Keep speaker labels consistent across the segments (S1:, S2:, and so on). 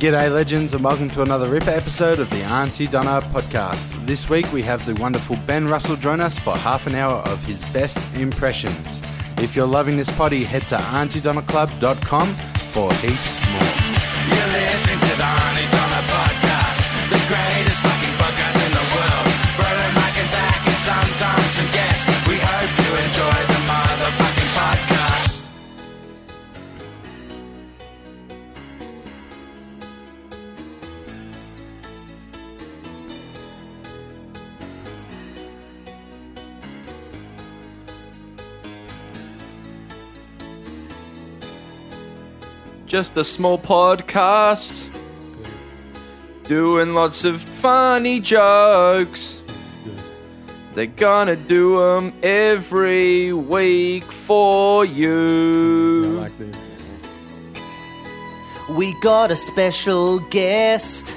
S1: G'day, legends, and welcome to another Ripper episode of the Auntie Donna podcast. This week we have the wonderful Ben Russell join us for half an hour of his best impressions. If you're loving this potty, head to auntiedonnaclub.com for heaps more.
S2: You're listening to the Honey Donna podcast, the greatest fucking podcast in the world. Brennan Mike and Zach and sometimes some guests. We hope you enjoy the motherfucking podcast.
S3: just a small podcast doing lots of funny jokes they're gonna do them every week for you
S4: We got a special guest.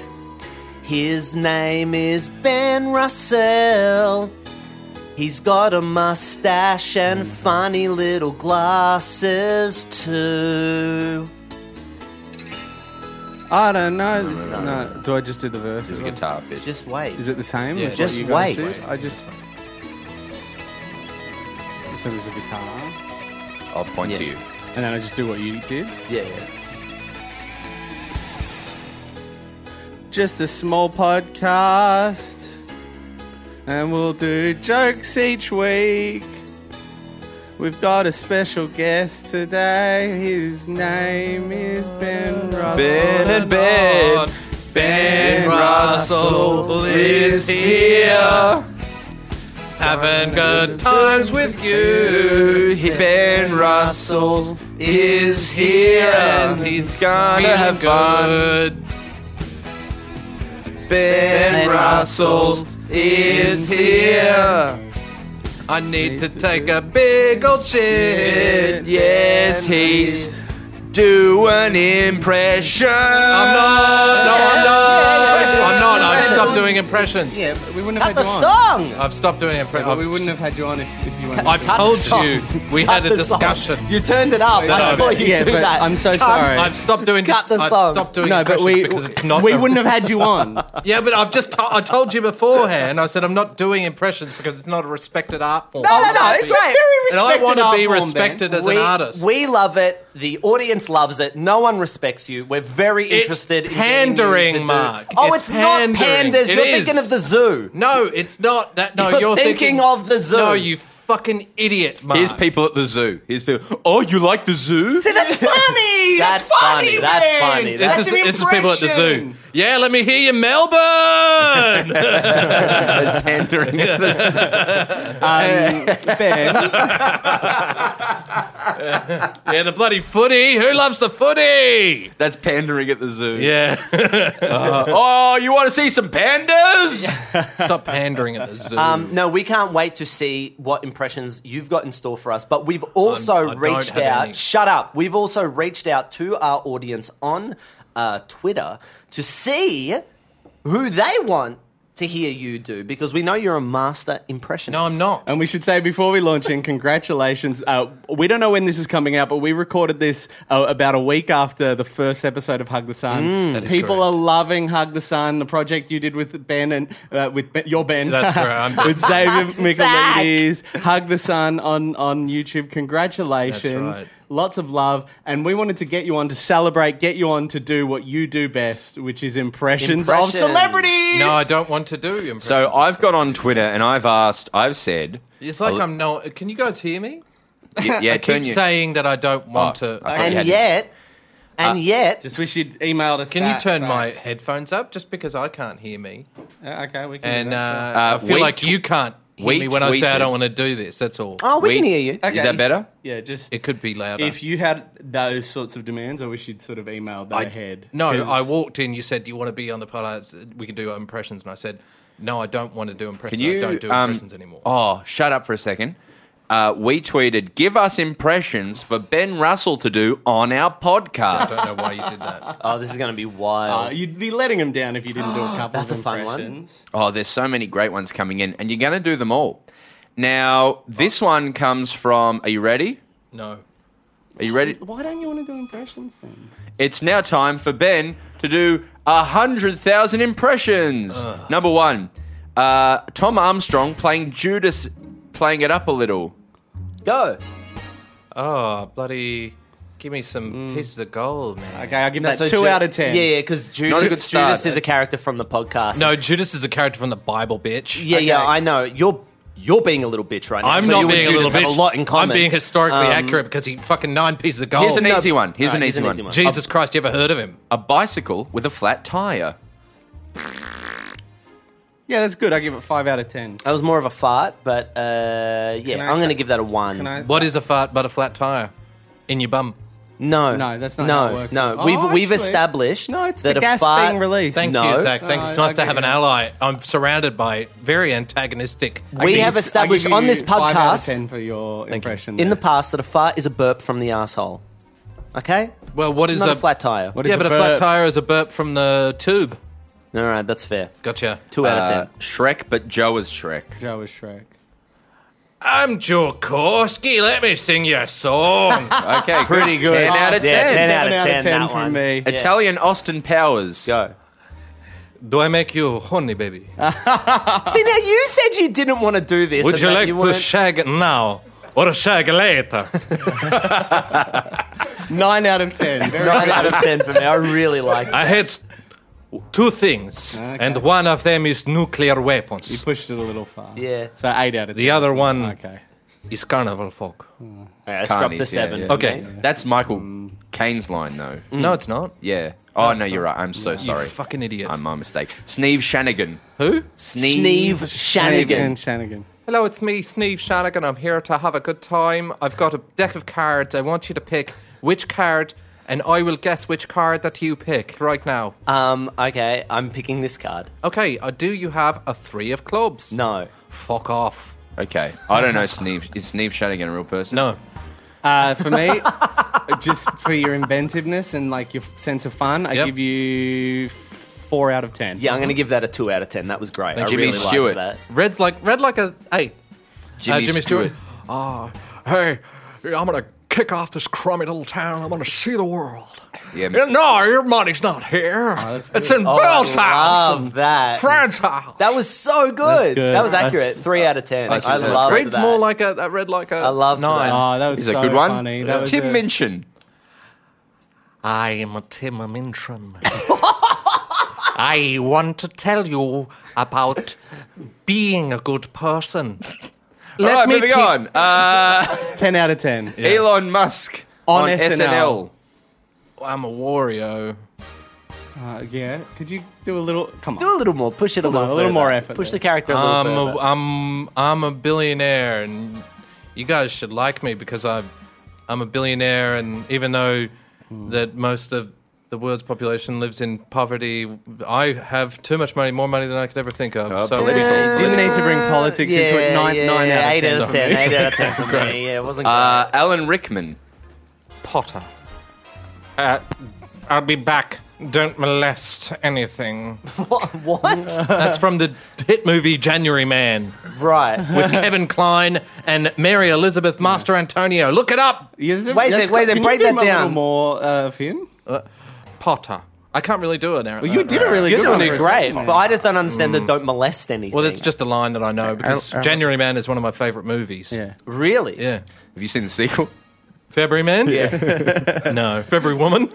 S4: His name is Ben Russell. He's got a mustache and funny little glasses too.
S5: I don't know. No, Do I just do the verse?
S3: there's a guitar bitch
S4: Just wait.
S5: Is it the same? as what
S4: Just
S5: you guys
S4: wait.
S5: do? I just. So there's a guitar,
S3: i'll point to you
S5: and then I just do what you did.
S4: yeah, yeah.
S5: Just a small podcast, and we'll do jokes each week. We've got a special guest today. His name is Ben Russell.
S3: ben and ben ben russell is here having good times with you ben russell is here and he's gonna have fun. Ben Russell is here. I need to take a big old shit. Yes, he's doing impression. I'm not.
S4: no, I'm not.
S3: I'm not. I've
S4: Yeah.
S3: stopped doing impressions.
S4: Yeah,
S5: We wouldn't
S4: cut
S5: have
S4: the
S5: had
S4: song.
S3: I've stopped doing
S5: you on.
S3: impressions.
S5: We wouldn't have had you on if, if you weren't.
S3: I've told
S4: song.
S3: you we
S4: Cut
S3: had a
S4: the song.
S3: discussion.
S4: You turned it up. I
S3: no,
S4: saw
S3: but-
S4: you
S5: yeah,
S4: do
S5: but
S4: that. Um,
S5: I'm so
S4: Cut.
S5: sorry.
S3: I've stopped doing.
S4: Cut the
S3: I've
S4: song.
S3: stopped doing
S5: no, but
S3: impressions
S5: we
S3: because it's not.
S5: we wouldn't have had you on.
S3: Yeah, but I've just to- I told you beforehand. I said I'm not doing impressions because it's not a respected art form.
S4: No, no, no. It's great.
S3: And I want to be
S5: art form, Ben.
S3: respected as an artist.
S4: we love it. The audience loves it. No one respects you. We're very
S3: It's
S4: interested in getting you to
S3: pandering,
S4: do-
S3: Mark.
S4: Oh,
S3: It's
S4: it's, not
S3: pandering.
S4: pandas.
S3: It
S4: You're
S3: is.
S4: thinking of the zoo.
S3: no, it's not that. No, you're,
S4: You're thinking of the zoo.
S3: No, you fucking idiot, Mark.
S6: Here's people at the zoo. Here's people. Oh, you like the zoo?
S5: See, that's funny.
S4: That's funny. That's funny.
S3: This
S4: That's
S3: is
S5: an
S3: this is people at the zoo.
S5: impression.
S3: Yeah, let me hear you, Melbourne.
S6: Pandering.
S5: Um, ben,
S3: yeah, the bloody footy. Who loves the footy?
S6: That's pandering at the zoo.
S3: Yeah,
S6: Oh, you want to see some pandas?
S3: stop pandering at the zoo.
S4: Um, no, we can't wait to see what impressions you've got in store for us. But we've also
S3: Um, I don't
S4: reached
S3: have
S4: out.
S3: any.
S4: Shut up. We've also reached out to our audience on uh, Twitter to see who they want to hear you do because we know you're a master impressionist.
S3: no, I'm not.
S5: and we should say before we launch in, congratulations. Uh, we don't know when this is coming out, but we recorded this uh, about a week after the first episode of Hug the Sun.
S3: Mm, is
S5: People
S3: correct.
S5: are loving Hug the Sun, the project you did with Ben and uh, with ben, your Ben.
S3: That's correct. I'm-
S5: with Xavier Michelides. Hug the Sun on on YouTube. Congratulations.
S3: That's right.
S5: Lots of love, and we wanted to get you on to celebrate, get you on to do what you do best, which is impressions,
S4: Impressions.
S5: of celebrities.
S3: No, I don't want to do impressions.
S6: So I've got on Twitter and I've asked, I've said.
S3: It's like I'm no. Can you guys hear me?
S6: Yeah, yeah
S3: I
S6: turn
S3: keep
S6: you.
S3: saying that I don't want
S6: Oh,
S3: to. Uh,
S6: I thought you
S4: And
S6: had-
S4: yet, and yet,
S5: Just wish you'd emailed us.
S3: Can you
S5: that,
S3: turn my
S5: thanks.
S3: headphones up just because I can't hear me?
S5: Uh, okay, we can.
S3: And
S5: do
S3: uh,
S5: that,
S3: I feel
S6: we
S3: like
S6: tw-
S3: you can't hear
S6: we
S3: me when I say I
S6: tweeted-
S3: don't want to do this. That's all.
S4: oh, we,
S6: We-
S4: can hear you.
S5: sure.
S6: Is that better?
S5: Yeah, just
S3: It could be louder.
S5: if you had those sorts of demands, I wish you'd sort of emailed that ahead.
S3: No,
S5: 'Cause-
S3: I walked in. You said, "Do you want to be on the podcast? We can do impressions." And I said, "No, I don't want to do
S6: Can
S3: impressions.
S6: you
S3: I don't do
S6: um,
S3: impressions anymore."
S6: Oh, shut up for a second. Uh, we tweeted, "Give us impressions for Ben Russell to do on our
S3: I
S6: podcast."
S3: don't know why you did that.
S4: Oh, this is going to be
S5: Uh,
S4: wild.
S5: you'd be letting him down if you didn't do a couple
S4: That's
S5: of
S4: a fun one.
S5: impressions.
S6: Oh, there's so many great ones coming in, and you're going to do them all. Now, this one comes from. Are you ready?
S3: No,
S6: Are you ready?
S5: Why don't you want to do impressions, Ben?
S6: It's now time for Ben to do a hundred thousand impressions. Number one, uh, Tom Armstrong playing Judas, playing it up a little.
S4: Go.
S3: Oh, bloody. Give me some
S4: Mm.
S3: pieces of gold, man.
S5: Okay, I'll give
S4: No,
S5: that
S4: so
S5: two
S4: Ju-
S5: out of ten.
S4: Yeah, yeah, because
S6: Not a
S4: Judas,
S6: good start.
S4: Judas is a character from the podcast.
S3: No, Judas is a character from the Bible, bitch.
S4: Yeah, yeah, I know. You're you're being a little bitch right now.
S3: I'm
S4: so
S3: not
S4: you and
S3: being a
S4: Judas
S3: little bitch.
S4: Have a lot in common.
S3: I'm being historically
S4: Um,
S3: accurate because he fucking nine pieces of gold.
S6: Here's an
S4: no.
S6: easy one. Here's
S4: Alright,
S6: an
S4: here's
S6: easy,
S4: an easy
S6: one.
S4: one.
S3: Jesus Christ, you ever heard of him?
S6: A bicycle with a flat tire.
S5: Yeah, that's good. I give it five out of ten.
S4: That was more of a fart, but uh,
S5: I-
S4: yeah, I'm going to give that a one.
S5: Can I-
S3: What is a fart but a flat tire? In your bum.
S4: No,
S5: No, that's not
S4: no,
S5: how it works.
S4: no.
S5: Oh,
S4: we've we've
S5: actually-
S4: established
S5: No, it's
S4: that
S5: the
S4: a
S5: gas
S4: fart,
S5: being released.
S3: Thank
S4: No.
S3: you, Zach. Thank you. It's
S5: No,
S3: nice
S5: I
S3: to have an
S5: agree.
S3: ally. I'm surrounded by very antagonistic.
S4: We
S3: beasts.
S4: have established
S5: I give
S4: on
S5: you
S4: this
S5: five out of
S4: podcast-
S5: ten for your impression.
S4: in the
S5: there.
S4: past that a fart is a burp from the asshole. Okay,
S3: Well, what is
S4: not a flat tire.
S5: What is
S3: Yeah,
S5: a
S3: but a
S5: burp?
S3: flat tire is a burp from the tube.
S4: All right, that's fair.
S3: Gotcha.
S4: Two out
S6: Uh,
S4: of ten.
S6: Shrek, but Joe is Shrek.
S5: Joe is Shrek.
S3: I'm Joe Korsky. Let me sing you a song.
S6: Okay, pretty good. Ten out of
S4: Yeah,
S6: ten.
S4: ten out of
S5: Seven out
S4: ten.
S5: of ten
S4: that
S5: from
S4: one.
S5: me.
S6: Italian Austin Powers.
S4: Go.
S3: Do I make you horny, baby?
S4: Ah, See now, you said you didn't want to do this.
S3: uh, Would
S4: and
S3: you
S4: that
S3: like to
S4: wanted-
S3: shag now or shag later?
S5: Nine out of ten. Very
S4: nine out of ten for me? I really like.
S3: I had two things,
S5: Okay.
S3: and one of them is nuclear
S5: You
S3: weapons.
S5: pushed it a little far.
S4: Yeah.
S5: So eight out of ten.
S3: The other one
S5: Okay.
S3: is carnival folk.
S4: All right, let's drop
S6: Carnies,
S4: the seven.
S6: yeah,
S4: for
S3: yeah.
S4: me.
S3: Okay.
S6: That's
S5: Mm.
S6: Michael Caine's line, though.
S3: No, it's not.
S6: Yeah. Oh, no, you're right. I'm so sorry.
S3: You fucking idiot.
S6: i my mistake. Sneeve Shanigan.
S3: Who?
S6: Sneeve,
S4: Sneeve Shanigan.
S5: And Shanigan.
S3: Hello, it's me, Sneeve Shanagan. I'm here to have a good time. I've got a deck of cards. I want you to pick which card, and I will guess which card that you pick right now.
S4: Um. Okay, I'm picking this card.
S3: Okay, uh, do you have a three of clubs?
S4: No.
S3: Fuck off.
S6: Okay. I don't know Sneeve. Is Sneeve Shanigan a real person?
S3: No.
S5: Uh, for me, just for your inventiveness and like your sense of fun, I
S3: Yep.
S5: give you four out of ten.
S4: Yeah, I'm going to give that a two out of ten. That was great. I
S6: Mm-hmm. Jimmy
S4: really liked
S6: Stewart.
S4: that.
S3: Red's like, red like a eight.
S6: Jimmy,
S3: Uh, Jimmy Stewart. Hey, I'm gonna kick off this crummy little town. I'm gonna see the world. Uh,
S6: Yeah, man.
S3: No, your money's not here. it's in
S4: Oh,
S3: Bill's
S4: I
S3: house.
S4: love that.
S3: Fran's house.
S4: That was so good.
S5: good.
S4: That was
S5: That's-
S4: accurate. Three out of ten. I,
S6: That's just-
S4: love
S3: Red's
S4: that.
S3: more like a that red like a.
S4: I love
S3: nine.
S4: that.
S5: Oh, that was
S6: He's
S5: so
S6: a good one.
S5: funny. That was
S6: Tim
S5: a-
S6: Minchin.
S3: I am a Tim Mintron. I want to tell you about being a good person. Let
S6: All right, moving
S3: te-
S6: on. Uh,
S5: ten out of ten.
S6: Elon Musk
S5: On
S6: on, SNL.
S5: SNL.
S3: I'm a Wario.
S5: Uh, yeah. Could you do a little? Come on.
S4: Do a little more. Push it a
S5: on,
S4: little.
S5: a little
S4: further.
S5: more effort
S4: Push
S5: there.
S4: the character a little
S3: I'm a,
S4: further.
S3: I'm I'm a billionaire, and you guys should like me because I'm I'm a billionaire, and even though that most of the world's population lives in poverty, I have too much money, more money than I could ever think of.
S6: Oh,
S3: so
S6: political.
S5: Didn't need to bring politics
S4: yeah,
S5: into it. Nine,
S4: yeah,
S5: nine out of
S4: eight
S5: ten.
S4: out of ten. Eight out of ten for me. Yeah, it wasn't great.
S6: Uh, Alan Rickman.
S3: Potter. Uh, I'll be back. Don't molest anything.
S4: what? what?
S3: That's from the hit movie January Man
S4: right.
S3: with Kevin Klein and Mary Elizabeth Master Antonio. Look it up.
S5: Yes,
S4: Wait a
S5: that's
S4: sec, wait
S5: good.
S4: a sec,
S5: Can
S4: break
S5: you do
S4: that
S5: him a little
S4: down.
S5: more uh, of him.
S3: Potter. I can't really do it now.
S5: Well, you did a really
S4: You're
S5: good
S4: doing
S5: one for
S4: it
S5: a
S4: great,
S5: second there.
S4: but I just don't understand that don't molest anything.
S3: Well, that's just a line that I know because
S5: Al- Al-
S3: January Man is one of my favorite movies.
S5: yeah.
S4: really.
S3: Yeah.
S6: Have you seen the sequel?
S3: February Man? Yeah. no. February Woman?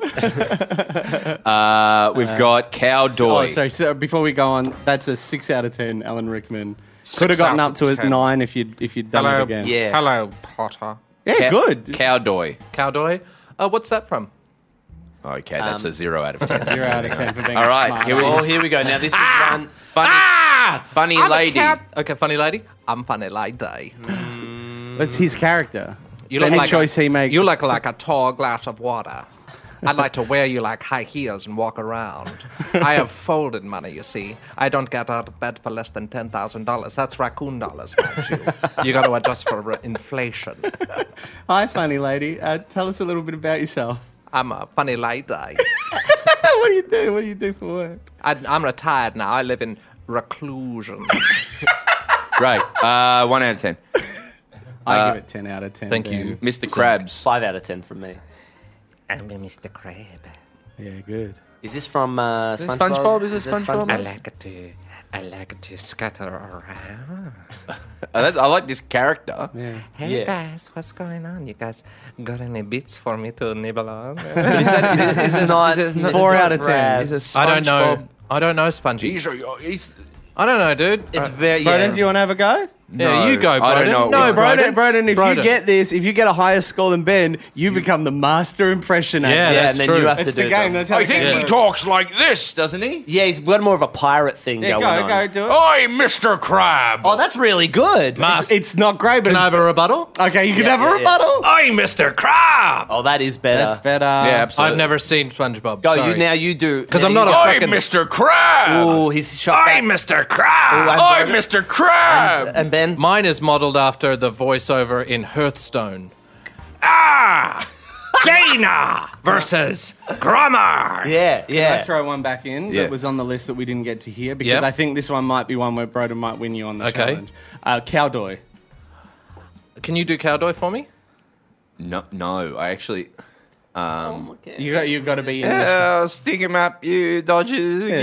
S6: Uh, we've got Cow Doy.
S5: Oh, sorry. So before we go on, that's a six out of ten. Alan Rickman could
S3: Six
S5: have gotten
S3: out
S5: up
S3: of
S5: to a
S3: 10.
S5: nine if you'd if you'd done it again.
S4: Yeah.
S3: Hello, Potter.
S5: yeah, good.
S6: Cow Doy.
S3: Cowdoy? Uh, what's that from?
S6: Okay, that's
S4: Um,
S6: a zero out of ten.
S5: Zero out of ten for being
S6: All
S5: a
S6: right,
S5: smart
S6: here we-
S5: ass.
S4: Oh, here we go. Now this is one.
S6: Funny,
S3: Ah!
S6: funny
S3: I'm a
S6: lady.
S3: cat- Okay, funny lady. I'm funny lady.
S5: That's his character.
S3: You
S5: So
S3: look
S5: any
S3: like
S5: choice
S3: a,
S5: he makes.
S3: You
S5: it's-
S3: look like a tall glass of water. I'd like to wear you like high heels and walk around. I have folded money, you see. I don't get out of bed for less than ten thousand dollars. That's raccoon dollars, mind you. You got to adjust for re- inflation.
S5: Hi, funny lady. Uh, tell us a little bit about yourself.
S3: I'm a funny lady.
S5: what do you do? What do you do for work?
S3: I, I'm retired now. I live in reclusion.
S6: Great. Uh, one out of ten.
S5: I give it ten out of ten.
S3: Thank
S5: Ben.
S3: you.
S6: Mr. Krabs.
S4: Five out of ten from me.
S3: I'm a Mr. Crab.
S5: Yeah, good.
S4: Is this from uh,
S6: this
S4: SpongeBob?
S6: SpongeBob? Is this SpongeBob?
S7: I like it to, I like it to scatter around.
S6: I like- Uh, I like this character.
S5: Yeah.
S7: Hey
S4: Yeah.
S7: guys, what's going on? You guys got any bits for me to nibble on?
S4: This is not
S5: Four out of ten.
S3: I don't know. I don't know, Spongy.
S6: He's, oh, he's,
S3: I don't know, dude. Uh,
S4: It's very.
S5: Broden,
S4: yeah.
S5: do you want to have a go?
S3: yeah,
S6: No,
S3: you
S6: I
S3: go, Broden.
S6: don't know.
S3: No,
S6: Yeah,
S5: Broden,
S3: Broden.
S5: Broden, if you
S3: Broden.
S5: get this, if you get a higher score than Ben, you become the master impressioner.
S3: Yeah,
S4: yeah,
S3: that's
S4: and then
S3: true.
S4: you have to
S5: It's
S4: do
S5: the game.
S4: them.
S5: That's how
S6: I
S5: the
S6: think
S5: game
S6: he
S5: works.
S6: talks like this, doesn't he?
S4: Yeah, he's got more of a pirate thing
S5: Yeah,
S4: going
S5: go,
S4: on.
S5: go,
S2: Oh,
S5: do it.
S6: Hi, Mr. Crab.
S4: Oh, that's really good.
S3: Mask.
S5: It's not great, but
S3: Can
S5: it's
S3: I have a rebuttal?
S5: Okay, you can have
S4: yeah,
S5: a
S4: yeah.
S5: rebuttal.
S6: Hi, Mr. Crab.
S4: oh, that is better.
S5: That's better.
S6: yeah, absolutely.
S3: I've never seen SpongeBob.
S4: Go
S3: sorry.
S4: you now. You do
S3: Because
S4: now
S3: I'm
S4: you
S3: not a
S4: do.
S6: Hi,
S3: fucking.
S6: Mr. Crab.
S4: Oh, he's shot.
S6: Hi,
S4: back.
S6: Mr. Crab.
S4: Ooh, I'm
S6: Hi,
S4: Broden.
S6: Mr. Crab.
S4: And Ben,
S3: Mine is modeled after the voiceover in Hearthstone.
S6: ah, Dana versus Grammar.
S4: yeah,
S5: Can I
S4: yeah.
S5: throw one back in
S6: Yeah.
S5: that was on the list that we didn't get to hear because
S3: Yep.
S5: I think this one might be one where Broden might win you on the
S3: Okay.
S5: challenge. Uh, Cowdoy.
S3: Can you do Cowdoy for me?
S6: No, no, I actually.
S5: You got you've got to be in.
S6: Uh, stick him up, you dodgers. Yeah,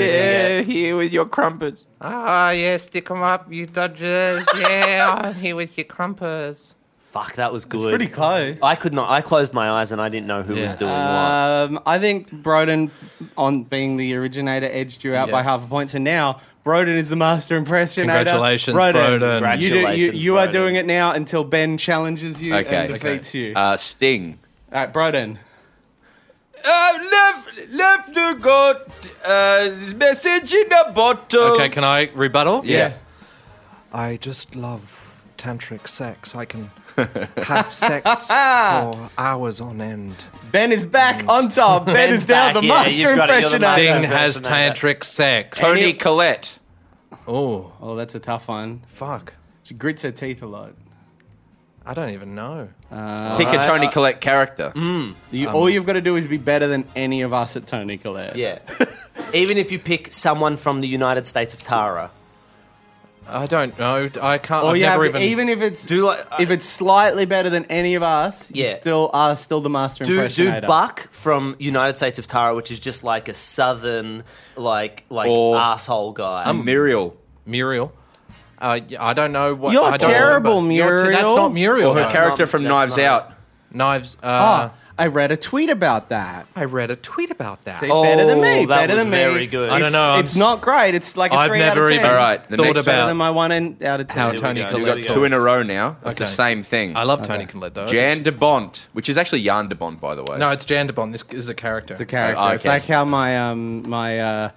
S5: yeah.
S6: here with your crumpets.
S7: Ah, yeah, stick 'em up, you dodgers. Yeah, I'm here with your crumpers.
S4: Fuck, that was good.
S5: Pretty close.
S4: I could not. I closed my eyes and I didn't know who was doing what.
S5: Um, I think Broden, on being the originator, edged you out
S3: Yeah.
S5: by half a point. So now Broden is the master impressionator.
S3: Congratulations, Broden.
S5: You, do, you,
S4: Congratulations,
S5: you are
S4: Broden.
S5: doing it now until Ben challenges you
S6: Okay.
S5: and
S6: okay.
S5: defeats you. All
S6: Uh, Sting.
S5: right, Broden.
S6: Uh, left, left, uh, got uh, his message in the bottle.
S3: Okay, can I rebuttal?
S6: yeah.
S8: I just love tantric sex. I can have sex for hours on end.
S5: Ben is back on top. Ben
S4: Ben's
S5: is now
S4: back,
S5: the
S4: yeah,
S5: master
S4: you've got it, you're the
S5: impressionator.
S4: master.
S3: Sting
S4: Yeah.
S3: has
S4: Impersonate
S3: tantric sex.
S6: Tony Collette.
S3: Oh,
S5: Oh, that's a tough one.
S3: fuck.
S5: She grits her teeth a lot.
S3: I don't even know.
S6: Pick a Tony
S4: uh,
S6: Collette character.
S3: Mm.
S5: You, all you've got to do is be better than any of us at Tony Collette.
S4: Yeah. Even if you pick someone from the United States of Tara,
S3: I don't know. I can't.
S5: Or
S3: I've
S5: you
S3: never
S5: have,
S3: even.
S5: even, if it's
S4: Do like-
S5: if it's slightly better than any of us, you
S4: Yeah.
S5: still are still the master
S4: do do
S5: impersonator.
S4: Buck from United States of Tara, which is just like a southern, like like
S6: Or-
S4: asshole guy.
S6: Muriel.
S3: Muriel. Uh, y- I don't know what.
S5: You're
S3: I don't
S5: terrible,
S3: remember. You're te- that's
S5: Muriel.
S3: not Muriel.
S6: Or her
S3: though.
S6: character
S4: not-
S6: from
S4: that's
S6: Knives
S4: not-
S6: Out.
S3: Knives.
S5: Ah,
S3: Uh,
S5: I read a tweet about that.
S3: I read a tweet about that.
S5: See, better than me.
S4: that
S5: better
S4: was
S5: than me.
S4: very good. I
S3: don't
S5: It's-
S3: know, I'm
S5: It's
S3: s-
S5: not great. It's like a
S3: I've
S5: three
S3: never
S5: out of
S3: even
S5: ten.
S6: All right, the
S3: thought
S6: next-
S5: Better
S3: about
S5: than my one in, out of ten.
S3: how
S5: Here we
S3: Tony
S5: go.
S3: Collette
S6: We've got
S3: talks.
S6: two in a row now of
S3: Okay.
S6: the same thing.
S3: I love Tony Collette though.
S6: Jan de Bont, which is actually Jan de Bont, by the way.
S3: No, it's Jan de Bont. This is a character.
S5: It's a character.
S6: Oh,
S5: It's
S6: okay.
S5: like how my um my uh,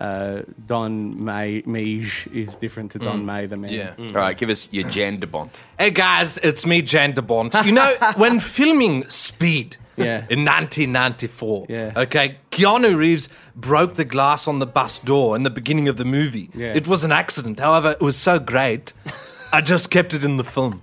S5: uh, Don May Meij is different to Don May the man.
S3: yeah.
S6: All right, give us your Jan de Bont.
S3: Hey guys, it's me, Jan de Bont. You know, when filming Speed
S5: Yeah.
S3: in 1994,
S5: Yeah.
S3: okay, Keanu Reeves broke the glass on the bus door in the beginning of the movie.
S5: Yeah.
S3: It was an accident. However, it was so great, I just kept it in the film.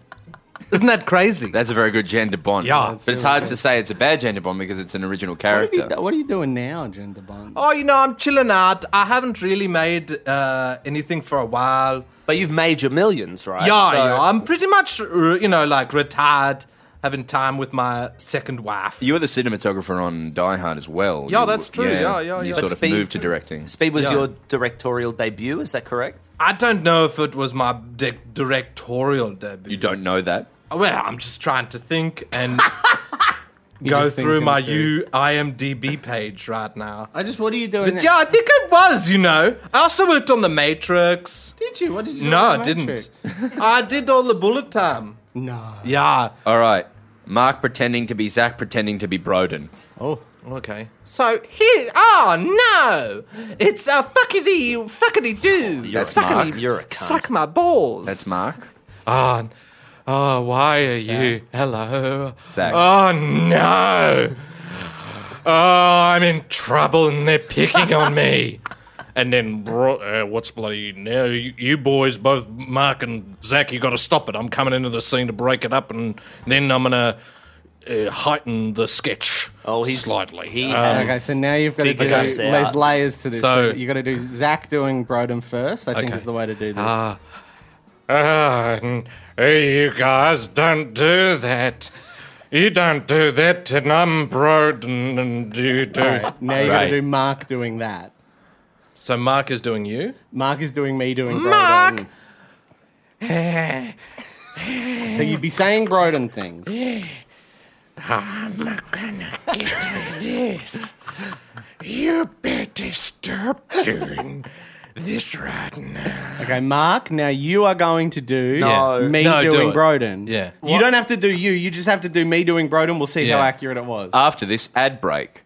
S3: Isn't that crazy?
S6: That's a very good Jan de Bont.
S3: Yeah.
S6: But it's hard to say it's a bad Jan de Bont because it's an original
S5: What are, you,
S6: character.
S5: what are you doing now, Gender Bond?
S3: oh, you know, I'm chilling out. I haven't really made uh, anything for a while.
S4: but you've made your millions, right?
S3: Yeah,
S4: So-
S3: yeah, I'm pretty much, uh, you know, like retired, having time with my second wife.
S6: You were the cinematographer on Die Hard as well.
S3: Yeah,
S6: You-
S3: that's true. Yeah, yeah,
S6: You
S3: yeah.
S6: sort
S4: But
S6: of
S4: Speed-
S6: moved to directing.
S4: Speed was
S3: Yeah.
S4: your directorial debut. Is that correct?
S3: I don't know if it was my di- directorial debut.
S6: You don't know that.
S3: Well, I'm just trying to think and go
S5: just
S3: through
S5: thinking
S3: my
S5: through.
S3: U IMDb page right now.
S5: I just, what are you doing?
S3: But yeah, I think it was, you know. I also worked on The Matrix.
S5: did you? What did you? do
S3: No,
S5: on
S3: I
S5: The
S3: didn't.
S5: Matrix?
S3: I did all the bullet time.
S5: No.
S3: Yeah.
S6: All right. Mark pretending to be Zach, pretending to be Broden.
S5: Oh,
S3: Okay. So here. Oh, no. It's a fuckity, fuckity do.
S6: That's Suck Mark. me-
S4: You're a cunt.
S3: Suck my balls.
S6: That's Mark.
S3: Oh, oh why are you? Hello.
S6: Zach.
S3: Oh, no. Oh, I'm in trouble and they're picking on me. And then, bro, uh, what's bloody now? You, you boys, both Mark and Zach, you got to stop it. I'm coming into the scene to break it up, and then I'm gonna uh, heighten the sketch.
S4: Oh, he's-
S3: slightly.
S6: uh,
S4: he
S3: Um,
S5: okay. So now you've got to do.
S4: Figure
S5: There's
S4: this out.
S5: layers to this.
S3: So-
S5: So you got to do Zach doing Broden first. I think
S3: Okay.
S5: is the way to do this.
S3: Ah, n- hey, you guys, don't do that. You don't do that to Numbro, and- and you do.
S5: Alright, now you got
S6: Right.
S5: to do Mark doing that.
S3: So Mark is doing you.
S5: Mark is doing me doing Broden.
S3: Eh,
S5: so you'd be saying Broden things.
S3: You better stop doing this right now.
S5: Okay, Mark, now you are going to do
S3: No.
S5: me
S3: No, do
S5: doing
S3: it.
S5: Broden.
S3: Yeah.
S5: You don't have to do you, you just have to do me doing Broden. We'll see how
S3: Yeah. Uh,
S5: accurate it was.
S6: After this ad break.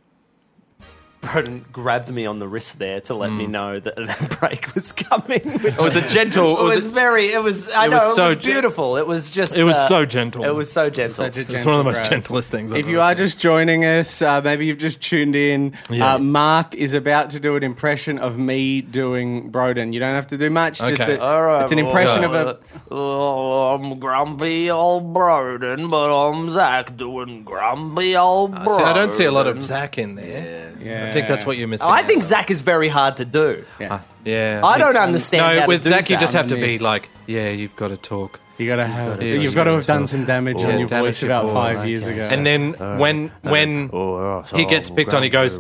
S4: Broden grabbed me on the wrist there to let me know that a break was coming. Which
S6: Mm. It was a gentle. It
S4: It was,
S6: was a-
S4: very. It was. I
S3: It
S4: know.
S3: was
S4: it
S3: so
S4: was
S3: gen-
S4: beautiful. it was just.
S3: It was
S4: uh,
S3: so gentle.
S4: It was so gentle.
S5: Such a
S3: It's one of the
S5: gentle
S3: most
S5: grab.
S3: gentlest things. I've
S5: If
S3: ever
S5: you are
S3: seen.
S5: just joining us, uh, maybe you've just tuned in.
S3: Yeah.
S5: Uh, Mark is about to do an impression of me doing Broden. You don't have to do much. Just
S3: Okay.
S5: that
S4: All right.
S5: it's an
S4: well,
S5: impression of
S4: uh,
S5: a.
S4: oh, I'm grumpy old Broden, but I'm Zach doing grumpy old Broden.
S3: Uh, See, I don't see a lot of Zach in there. I think that's what you're missing.
S4: I think Zach is very hard to do.
S5: Yeah.
S3: Yeah.
S4: I don't
S3: think-
S4: understand. how
S3: No,
S4: to
S3: with
S4: do
S3: Zach, you just
S4: sound.
S3: have to be like, yeah, you've got to talk.
S5: You gotta have.
S3: do
S5: You've
S3: it.
S5: got to have done some damage
S3: Yeah,
S5: on your
S3: damage
S5: voice
S3: your
S5: about
S3: voice.
S5: five years ago.
S3: And then when when
S4: Oh,
S3: he gets picked on, he goes,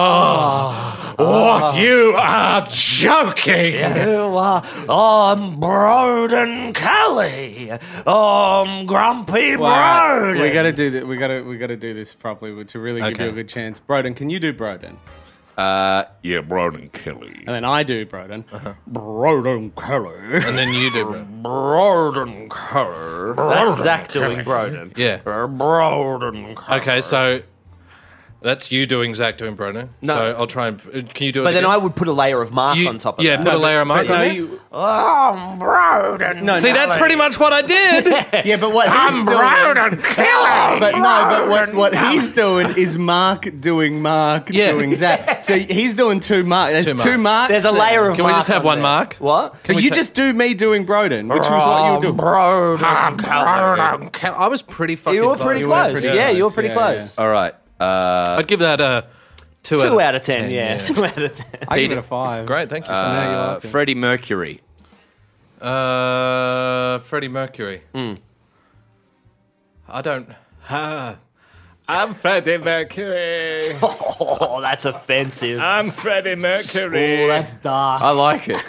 S3: "Oh, what you are joking!"
S4: You are, Oh, I'm Broden Kelly. I'm Grumpy
S5: Wow.
S4: Broden.
S5: we gotta do that. We gotta we gotta do this properly to really give
S3: Okay.
S5: you a good chance. Broden, can you do Broden?
S6: uh, yeah, Broden Kelly.
S5: And then I do Broden.
S3: Uh-huh.
S5: Broden Kelly.
S3: And then you do, bro.
S4: Broden Kelly. That's Zach doing Broden.
S3: yeah.
S4: Broden Kelly.
S3: Okay, so that's you doing Zach doing Broner.
S4: No.
S3: So I'll try and uh, can you do it?
S4: But then
S3: again?
S4: I would put a layer of mark
S3: You-
S4: on top of
S3: yeah,
S4: that.
S3: put a layer of mark
S5: no,
S3: on it.
S5: you,
S4: I'm Broden.
S5: no,
S3: See,
S5: no,
S3: that's pretty much what I did.
S5: yeah, but what he's doing, but no, but what, what he's doing is Mark doing Mark
S3: Yeah.
S5: doing Zach. So he's doing two Mark. There's
S3: Two
S5: two,
S3: Mark.
S5: marks.
S4: There's a layer of
S3: Can we
S4: mark
S3: just have
S4: on
S3: one
S4: there.
S3: mark?
S4: What?
S5: So you just do me doing Broden, which was what you were doing.
S4: Broden Kelly.
S3: I was pretty fucking.
S4: You were pretty close.
S5: pretty
S4: Yeah, you were
S5: close.
S4: pretty
S5: Yeah,
S4: close.
S6: All right. Uh,
S3: I'd give that a two.
S4: Two out of ten, yeah.
S3: yeah.
S4: Two out of ten.
S5: I give it a five.
S3: Great, thank you.
S5: Now you
S6: uh,
S5: like it.
S6: Freddie Mercury.
S3: Uh, Freddie Mercury.
S4: Hmm.
S3: I don't. Ah. I'm Freddie Mercury.
S4: Oh, that's offensive. Oh,
S3: I'm Freddie Mercury.
S4: that's dark.
S6: I like it.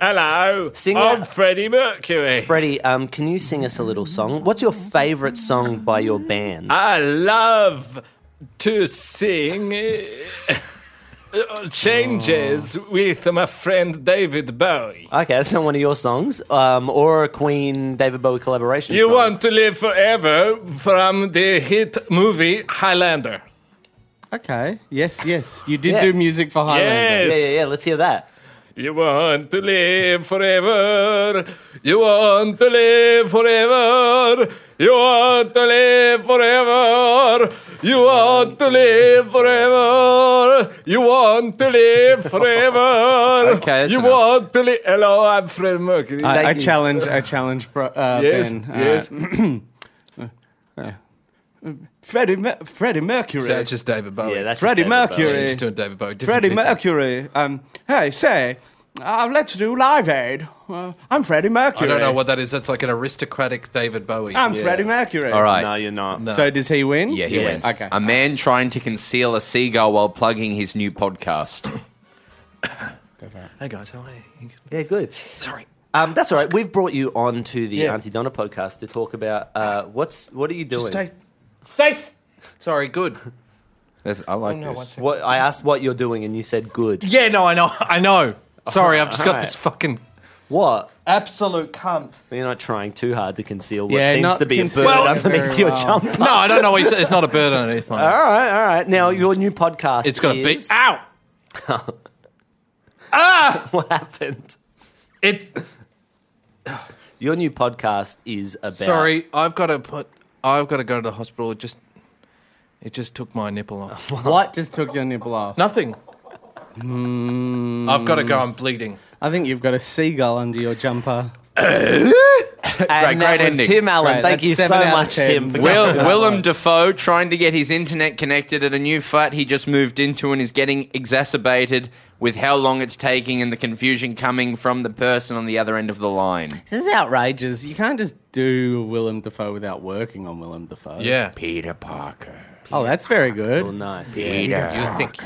S3: Hello.
S4: Sing
S3: I'm
S4: it.
S3: Freddie Mercury.
S4: Freddie, um, can you sing us a little song? What's your favourite song by your band?
S3: I love to sing. uh, Changes with my friend David Bowie.
S4: okay, that's not one of your songs, um, or a Queen David Bowie collaboration.
S3: You
S4: song.
S3: want to live forever from the hit movie Highlander.
S5: Okay. Yes, yes. You did
S4: Yeah.
S5: do music for Highlander.
S3: Yes.
S4: Yeah, yeah, yeah. Let's hear that.
S3: You want to live forever. You want to live forever. You want to live forever. You want to live forever. You want to live forever.
S6: Okay, that's
S3: you
S6: enough.
S3: want to live. Hello, I'm Fred Mercury.
S5: I, I
S4: Thank you.
S5: challenge. I challenge. Bro, uh,
S3: yes,
S5: ben. All
S3: yes.
S5: right. Freddie, Mer- Freddie Mercury.
S3: just David Bowie.
S4: Yeah, that's
S5: Freddie
S4: just David
S5: Mercury.
S4: Bowie.
S5: Yeah, just doing
S3: David Bowie.
S5: Freddie Mercury. Um, hey, say, uh, let's do Live Aid. Uh, I'm Freddie Mercury.
S3: that is. That's like an aristocratic David Bowie.
S5: I'm Freddie Mercury.
S6: All right.
S4: No, you're not.
S5: So does he win?
S6: Yeah, he
S4: Yes.
S6: wins.
S5: Okay.
S6: A man trying to conceal a seagull while plugging his new podcast.
S3: Hey guys, how are you?
S4: Yeah, good.
S3: Sorry.
S4: Um, that's all right. We've brought you on to the
S3: Yeah.
S4: Auntie Donna podcast to talk about uh, what's what are you doing?
S3: Stay. Sorry, good.
S6: That's, I
S3: Oh,
S6: like this.
S4: What I asked what you're doing, and you said good.
S3: Yeah, no, I know, I know. Sorry, I've just got this fucking
S4: What?
S3: absolute cunt.
S4: You're not trying too hard to conceal what
S5: Yeah,
S4: seems
S5: not
S4: to be a bird
S5: concealing it
S4: underneath
S5: very
S4: your
S5: well.
S4: jumper.
S3: No, I don't know. It's, it's not a bird underneath my.
S4: All right, all right. Now your new podcast.
S3: It's got a be.
S4: is-
S3: Ow!
S6: Ah!
S4: What happened?
S3: It's
S4: Your new podcast is about.
S3: sorry. I've got to put. I've got to go to the hospital. It just. It just took my nipple off.
S5: What just took your nipple off?
S3: Nothing. I've got to go. I'm bleeding.
S5: I think you've got a seagull under your jumper.
S6: great,
S4: And that
S6: great
S4: was
S6: ending.
S4: Tim Allen.
S5: Great,
S4: Thank
S5: that's
S4: you so
S5: seven out of
S4: much,
S5: ten.
S4: Tim. for
S6: Will,
S4: coming.
S6: Willem Dafoe trying to get his internet connected at a new flat he just moved into and is getting exacerbated with how long it's taking and the confusion coming from the person on the other end of the line.
S5: This is outrageous. You can't just do Willem Dafoe without working on Willem Dafoe.
S3: Yeah.
S6: Peter Parker.
S5: Oh, that's very good.
S4: Oh, nice.
S6: Peter.
S3: You think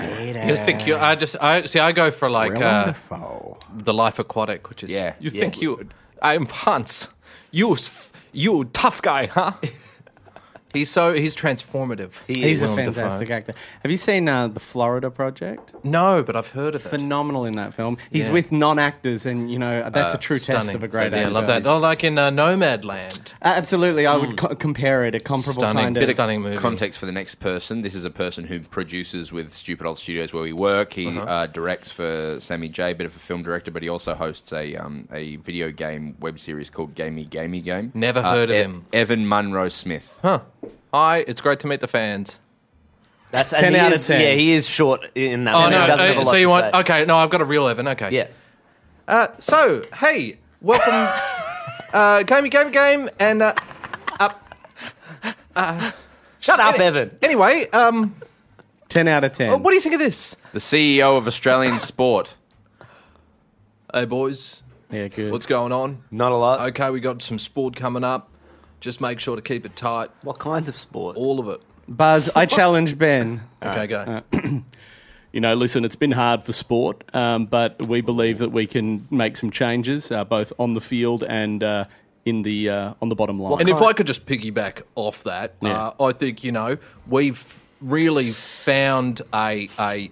S3: you think you? I just I see. I go for like uh, the life aquatic, which is
S6: Yeah.
S3: You
S6: Yeah.
S3: think you? I'm Hans. You s- you tough guy, huh? he's so he's transformative.
S5: He's a
S3: Willem Dafoe.
S5: fantastic actor. Have you seen uh, the Florida Project?
S3: No, but I've heard of it.
S5: Phenomenal in that film. He's
S3: Yeah.
S5: with non-actors, and you know that's
S3: Uh,
S5: a true test
S3: stunning.
S5: of a great
S3: So, yeah,
S5: actor.
S3: I love that. Oh, like in uh, Nomad Land.
S5: Uh, absolutely, I would co- compare it a comparable
S3: Stunning.
S5: kind of.
S3: Bit of Stunning movie.
S6: Context for the next person. This is a person who produces with Stupid Old Studios where we work. He
S3: Uh-huh.
S6: uh directs for Sammy J, bit of a film director, but he also hosts a um, a video game web series called Gamey Gamey Game. Uh, E-
S3: Never heard of him.
S6: Evan Munro Smith.
S3: Huh. Hi, it's great to meet the fans.
S4: That's and
S5: 10
S4: he
S5: out of
S4: is-
S5: 10.
S4: Yeah, he is short in that.
S3: Oh
S4: one. He
S3: no!
S4: doesn't have a
S3: uh,
S4: lot
S3: so you
S4: to
S3: want?
S4: say.
S3: Okay, no, I've got a real Evan. Okay.
S4: Yeah.
S3: Uh, so hey, welcome, uh, gamey game game, and uh,
S4: Shut up, Evan.
S3: anyway, um,
S5: ten out of ten.
S3: Oh, what do you think of this?
S6: The CEO of Australian Sport.
S3: Hey boys,
S5: yeah, good.
S3: what's going on?
S4: Not a lot.
S3: Okay, we got some sport coming up. Just make sure to keep it tight,
S4: What kind of sport?
S3: all of it.
S5: Buzz, I challenge Ben.
S3: Okay, go.
S5: you know, listen, it's been hard for sport, um, but we believe that we can make some changes uh, both on the field and uh, in the uh, on the bottom line.
S3: and if I could just piggyback off that, uh, I think you know we've really found a a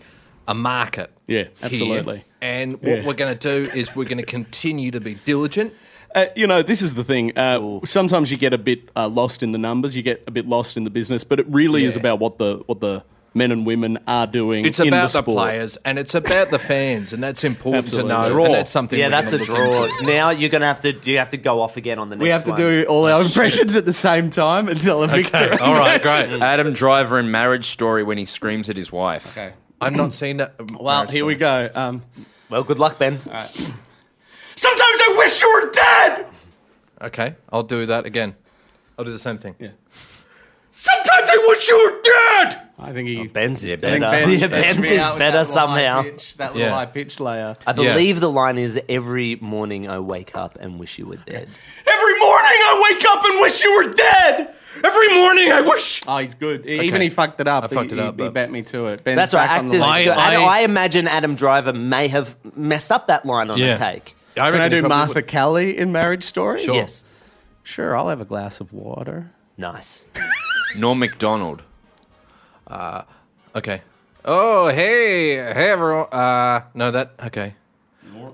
S3: a market.
S5: Yeah,
S3: here.
S5: absolutely.
S3: and what
S5: Yeah.
S3: we're going to do is we're going to continue to be diligent.
S5: Uh, you know, this is the thing. Uh, sometimes you get a bit uh, lost in the numbers, you get a bit lost in the business, but it really is
S3: Yeah.
S5: about what the what the men and women are doing.
S3: It's
S5: in
S3: about
S5: the,
S3: the,
S5: sport.
S3: players and it's about the fans, and that's important
S5: Absolutely.
S3: to know.
S5: Draw.
S3: And that's something.
S4: yeah,
S3: we're
S4: that's a
S3: gonna look
S4: draw.
S3: into.
S4: Now you're gonna have to you have to go off again on the next.
S5: We have to
S4: one.
S5: do all our impressions at the same time until a victory.
S3: All right, great.
S6: Adam Driver in Marriage Story when he screams at his wife. Okay.
S3: I've not seen that. uh,
S5: Well, here we go. Um,
S4: Well, good luck, Ben.
S6: Sometimes I wish you were dead!
S3: Okay, I'll do that again. I'll do the same thing.
S6: Sometimes I wish you were dead!
S5: I think he.
S4: Ben's is
S5: I
S4: better.
S5: think
S4: yeah, Ben's
S5: me
S4: is
S5: out with
S4: better
S5: that little high
S4: somehow.
S5: pitch, that little
S3: Yeah.
S5: high pitch layer.
S4: I believe the line is every morning I wake up and wish you were dead.
S6: Every morning I wake up and wish you were dead! Every morning I wish.
S5: Oh, he's good. Even he fucked it up.
S3: I fucked
S5: he,
S3: it up,
S5: He, he
S3: but-
S5: bet me to it. Ben's
S4: That's right.
S5: back on the
S4: Actors,
S5: line.
S3: line.
S4: go- and
S3: I-
S4: I imagine Adam Driver may have messed up that line on
S3: Yeah.
S4: a take.
S5: Can I
S3: reckon he
S5: do
S3: probably
S5: Martha Kelly in Marriage Story?
S3: Sure.
S4: Yes.
S5: Sure, I'll have a glass of water.
S4: Nice.
S6: Norm MacDonald.
S3: would. Okay. Oh, hey, hey, everyone. Uh, no, that okay.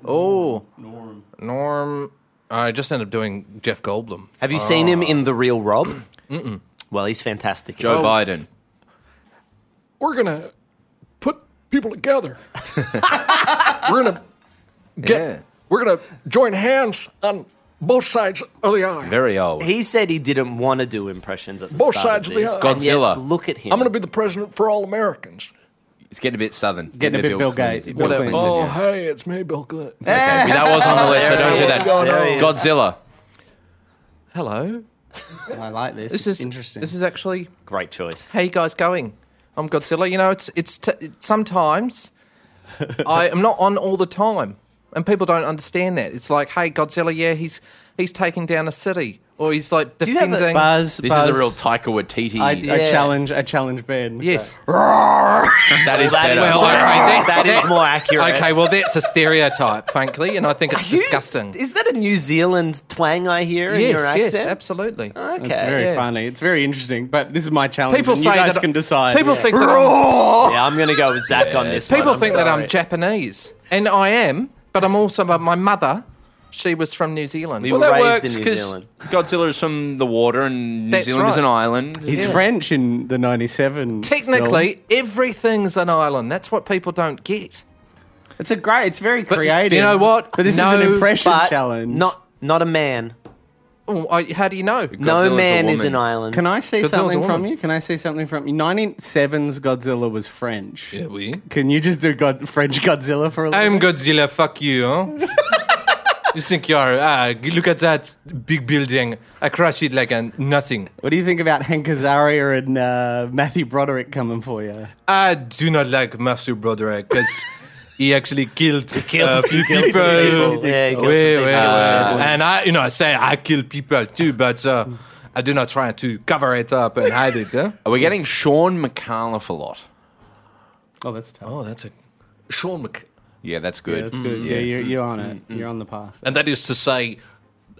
S3: oh, Norm. Norm. I just ended up doing Jeff Goldblum.
S4: Have you seen him in The Real Rob? Mm-mm. Well, he's fantastic.
S5: Oh.
S6: Joe Biden.
S9: we're gonna put people together. we're gonna get.
S6: Yeah.
S9: We're gonna join hands on both sides of the aisle.
S6: Very old.
S4: Oh, He said he didn't want to do impressions at the
S9: Both
S4: start
S9: sides
S4: of
S9: of the
S4: this.
S9: aisle.
S4: and yet
S6: Godzilla.
S4: Look at him.
S9: I'm gonna be the president for all Americans.
S6: It's getting a bit southern.
S5: Getting a bit Bill
S6: Clinton-
S5: Gates.
S6: Bill
S5: Whatever. Oh.
S6: Clinton,
S9: Oh,
S6: yeah.
S9: hey, it's me, Bill Clinton.
S6: Okay, that wasn't on the list, so don't do that.
S4: There he is.
S6: Godzilla.
S3: Hello.
S5: I like this.
S3: This
S5: it's
S3: is
S5: interesting.
S3: This is actually
S4: Great choice.
S3: how you guys going? I'm Godzilla. You know, it's it's t- it- sometimes I am not on all the time, and people don't understand that. It's like, hey, Godzilla, yeah, he's he's taking down a city, or he's like
S4: you have a-
S3: defending.
S5: Buzz.
S6: This
S5: Buzz.
S6: is a real Taika Waititi.
S5: I, I
S4: Yeah.
S5: challenge. I challenge Ben.
S3: yes.
S6: that is
S4: That
S6: better.
S4: is,
S3: Well,
S4: more,
S3: I- I think
S4: that is
S3: that-
S4: more accurate.
S3: Okay, well, that's a stereotype, frankly, and I think it's
S4: You-
S3: disgusting.
S4: Is that a New Zealand twang I hear in
S3: yes,
S4: your accent?
S3: yes, absolutely.
S4: Okay.
S5: It's very
S3: yeah.
S5: funny. It's very interesting. But this is my challenge.
S3: People
S5: and
S3: say
S5: you guys
S3: that
S5: can decide.
S3: People think that I'm,
S4: Yeah, I'm going to go with Zach on this.
S3: people
S4: one. I'm
S3: think that I'm
S4: sorry.
S3: Japanese, and I am, but I'm also my mother. She was from New Zealand.
S4: Well,
S6: that
S4: raised
S6: works
S4: in New
S6: because
S4: Zealand.
S6: Godzilla is from the water and New
S3: That's
S6: Zealand is
S3: right.
S6: an island.
S5: He's French in the '97.
S3: Technically, everything's an island. That's what people don't get.
S5: it's a great. It's very creative.
S3: you know what?
S5: But this
S3: No,
S5: is an impression
S4: But
S5: challenge.
S4: Not, not a man.
S3: Oh, I, how do you know?
S6: Godzilla's
S4: no
S6: a
S4: man is
S6: woman.
S4: an island.
S5: Can I see
S3: Godzilla's a
S5: something from
S3: woman.
S5: you? Can I see something from you? 1997's Godzilla was French.
S3: we.
S5: Can you just do God, French Godzilla for a little
S3: I'm
S5: bit?
S3: Godzilla. Fuck you. Huh? You think you're, ah, look at that big building. I crush it like a nothing.
S5: What do you think about Hank Azaria and uh, Matthew Broderick coming for you?
S3: I do not like Matthew Broderick because he actually killed, uh, few people.
S4: Yeah, he killed some
S3: Wait,
S4: people.
S3: wait,
S4: Uh,
S3: wait. and I, you know, I say I kill people too, but uh, I do not try to cover it up and hide it. Huh?
S6: Are we getting Sean McAuliffe a lot?
S5: Oh, that's tough.
S3: Oh, that's a Sean Mc.
S6: Yeah, that's good.
S5: Yeah, that's good. Mm, Yeah, you're, you're on it. You're on the path.
S3: And that is to say,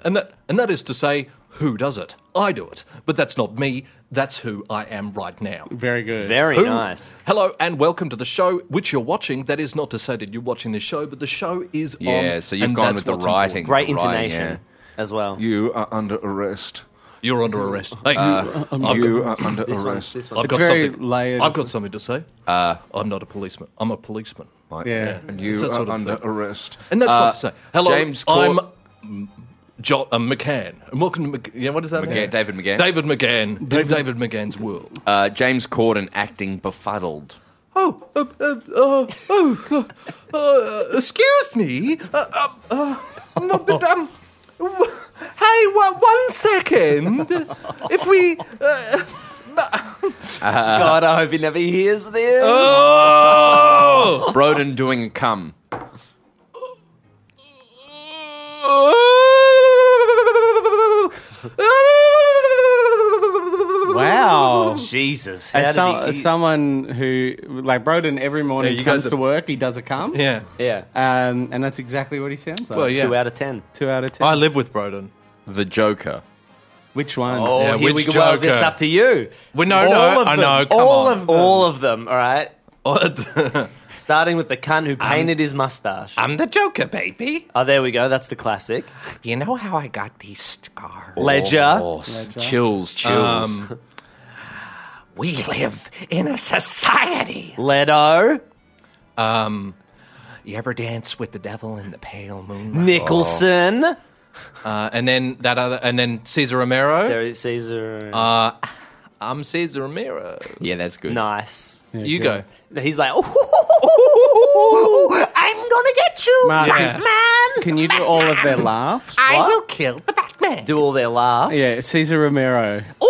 S3: and that and that is to say, who does it? I do it, but that's not me. That's who I am right now.
S5: Very good.
S4: Very
S3: Who-
S4: nice.
S3: Hello and welcome to the show, which you're watching. That is not to say that you're watching this show, but the show is on.
S6: Yeah, so you've
S3: and
S6: gone
S3: that's
S6: with the
S3: what's
S6: writing.
S3: important.
S4: Great
S6: Right,
S4: intonation
S6: yeah.
S4: as well.
S6: You are under arrest.
S3: You're under arrest. Hey, I've,
S6: you
S3: got,
S6: are under
S4: This one,
S6: arrest.
S4: this one.
S3: I've got
S5: very
S3: something.
S5: layered.
S3: I've got something to say. Uh, I'm not a policeman. I'm a policeman.
S6: Right.
S5: Yeah.
S6: And you
S3: It's that
S6: are
S3: sort of
S6: under
S3: thing.
S6: arrest.
S3: And that's
S6: Uh,
S3: what to say. Hello,
S6: James
S3: I'm
S6: Cor-
S3: mm, jo- uh, McCann. And welcome to Mc- yeah, what is that?
S6: McGann-
S3: name?
S6: David McGann.
S3: David McGann. in David, McGann's world.
S6: Uh, James Corden acting befuddled.
S3: Oh, uh, uh, uh, oh, uh, uh, excuse me. Uh, uh, uh, no, but, um, w- hey, w- one second. If we. Uh,
S4: God, I hope he never hears this.
S3: oh!
S6: Broden doing a cum.
S5: Wow.
S4: Jesus. How
S5: As,
S4: did
S5: some,
S4: he-
S5: as
S4: he-
S5: someone who, like Broden, every morning
S3: Yeah, you
S5: comes
S3: guys
S5: to
S3: are-
S5: work, he does a cum.
S3: Yeah.
S4: yeah.
S5: Um, and that's exactly what he sounds like.
S3: Well, yeah.
S4: Two out of ten.
S5: Two out of ten.
S3: I live with Broden.
S6: The Joker.
S5: Which one?
S4: Oh,
S3: Yeah,
S4: here we
S3: which
S4: go. Well,
S3: Joker?
S4: it's up to you.
S3: Well, no, no, I know, come
S4: all
S3: on.
S4: of them. all of them. All right.
S3: Oh,
S4: Starting with the cunt who painted his mustache.
S7: I'm the Joker, baby.
S3: Ah.
S4: oh, there we go. That's the classic.
S7: You know how I got these scars?
S4: Ledger.
S6: Oh, s- chills, chills.
S3: um,
S7: We live in a society.
S4: Leto.
S7: You ever dance with the devil in the pale moonlight?
S4: Nicholson.
S3: Uh, and then that other, and then Caesar Romero.
S4: Jerry Caesar.
S3: I'm Caesar Romero.
S6: yeah, that's good.
S4: nice.
S3: you go.
S4: He's like, "Ooh, I'm gonna get you,
S5: Mark,
S3: Yeah.
S4: man.
S5: Can you do all of their laughs?
S7: I
S4: What?
S7: will kill the Batman.
S4: Do all their laughs.
S5: Yeah, Cesar Romero,
S3: Uh,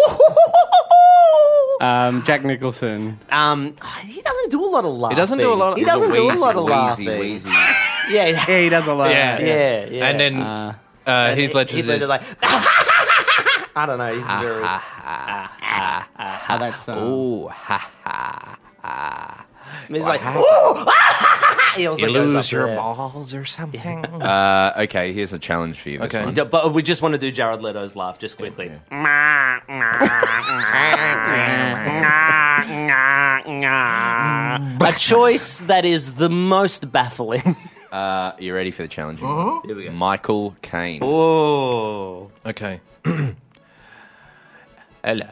S4: Ooh.
S5: um, Jack Nicholson.
S4: Um, he doesn't do a lot of laughing.
S3: He doesn't do a lot. Of,
S4: He doesn't do a lot of laughing.
S6: Wheezy, wheezy, wheezy.
S4: Yeah, yeah,
S5: Yeah, he does a lot.
S3: Yeah.
S4: yeah. yeah.
S3: And then uh,
S5: Uh,
S3: Heath Ledger's
S4: Heath
S3: is
S4: Ledger's like, I don't know. He's
S3: Ah,
S4: very.
S5: How that's uh,
S4: He's like, ooh, he also
S3: you
S4: goes up
S3: lose your
S4: there.
S3: balls or something.
S6: Uh, okay, here's a challenge for you. This
S3: Okay.
S6: one.
S4: Yeah, But we just want to do Jared Leto's laugh just quickly. A choice that is the most baffling.
S6: Uh, you ready for the challenge?
S4: Uh-huh.
S6: Michael Caine.
S4: Oh.
S3: okay.
S7: Hello,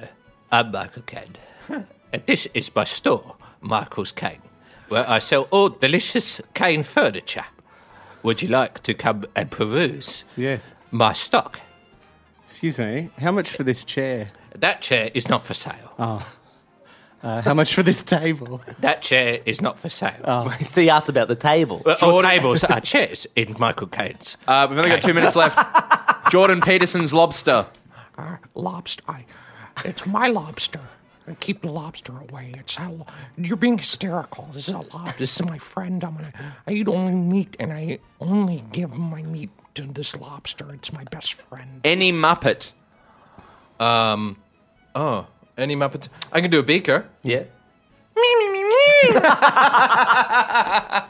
S7: I'm Michael Caine. and this is my store, Michael's Cane, where I sell all delicious cane furniture. Would you like to come and peruse
S5: yes.
S7: my stock?
S5: Excuse me. How much for this chair?
S7: That chair is not for sale.
S5: Uh, how much for this table?
S7: That chair is not for sale.
S4: He asked about the table.
S7: But all tables are chairs in Michael Caine's.
S6: Uh, we've only got two minutes left. Jordan Peterson's lobster.
S7: Uh, lobster. I, it's my lobster. I keep the lobster away. It's how you're being hysterical. This is a lobster. This is my friend. I'm gonna. I eat only meat, and I only give my meat to this lobster. It's my best friend.
S6: Any Muppet.
S3: Oh, any Muppets? I can do a beaker.
S4: Yeah.
S7: Me me me me.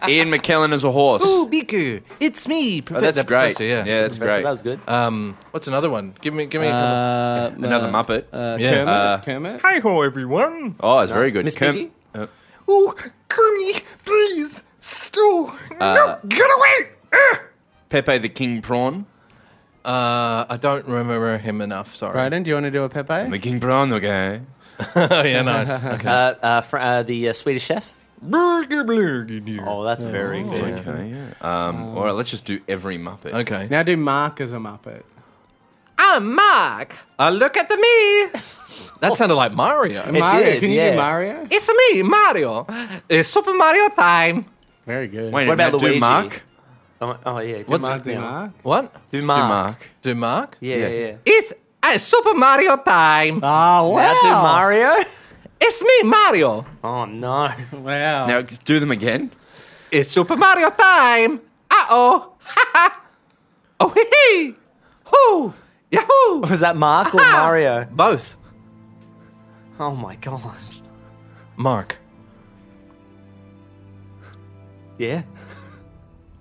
S6: Ian McKellen as a horse.
S7: Oh, Beaker, it's me.
S6: Oh, that's
S3: The
S6: great.
S3: professor, yeah.
S6: yeah, that's
S4: So
S6: great.
S4: that was good.
S3: Um, what's another one? Give me, give me. a couple.
S5: Uh,
S6: Another Muppet.
S5: Uh,
S3: Yeah.
S5: Kermit.
S6: Uh,
S5: Kermit.
S7: Hi ho, everyone.
S6: oh, it's very good.
S4: Miss
S6: Kerm-
S4: Piggy?
S7: Oh, Kermit, please, Stu,
S3: Uh,
S7: no, get away.
S6: Pepe the King Prawn.
S3: Uh, I don't remember him enough. Sorry.
S5: Broden, do you want to do a Pepe?
S6: The King Prawn, okay.
S3: oh yeah, nice. Okay.
S4: Uh, uh, fr- uh, the uh, Swedish chef.
S3: Burger, burger, dear.
S4: Oh, that's very good.
S6: Okay, yeah. Um,
S4: Oh.
S6: all right, let's just do every Muppet.
S3: Okay.
S5: Now do Mark as a Muppet.
S7: I'm Mark.
S3: Uh, look at the me. Oh. That sounded like Mario.
S5: Mario.
S4: did,
S5: can you
S4: yeah.
S5: do Mario?
S7: It's me, Mario. It's Super Mario time.
S5: Very good.
S6: Wait,
S4: What about
S6: now do
S4: Luigi?
S6: Mark?
S4: Oh, oh yeah.
S3: What's-
S4: Dumark now.
S3: What?
S4: Dumark.
S3: Do Mark?
S4: Yeah, yeah, yeah.
S3: It's uh, Super Mario time.
S5: Ah,
S4: Oh, wow. Now do Mario?
S3: It's me, Mario.
S4: Oh, no. Wow.
S6: Now do them again.
S3: It's Super Mario time. Uh oh. Ha ha. Oh hee hee. Hoo. Yahoo.
S4: Was that Mark or
S3: Aha!
S4: Mario?
S3: Both.
S4: Oh, my God.
S3: Mark,
S4: Yeah.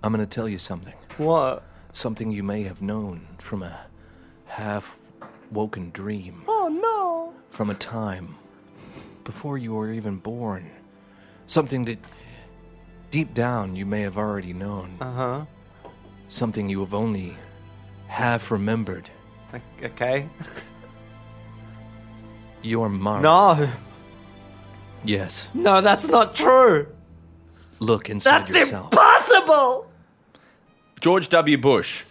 S3: I'm going to tell you something.
S4: What?
S3: Something you may have known from a half woken dream.
S4: Oh, no.
S3: from a time before you were even born. Something that deep down you may have already known. Uh huh.
S4: Uh-huh.
S3: Something you have only half remembered.
S4: O- Okay.
S3: Your Mark.
S4: No.
S3: Yes.
S4: No, that's not true.
S3: Look inside
S4: That's
S3: yourself.
S4: impossible.
S6: George W. Bush.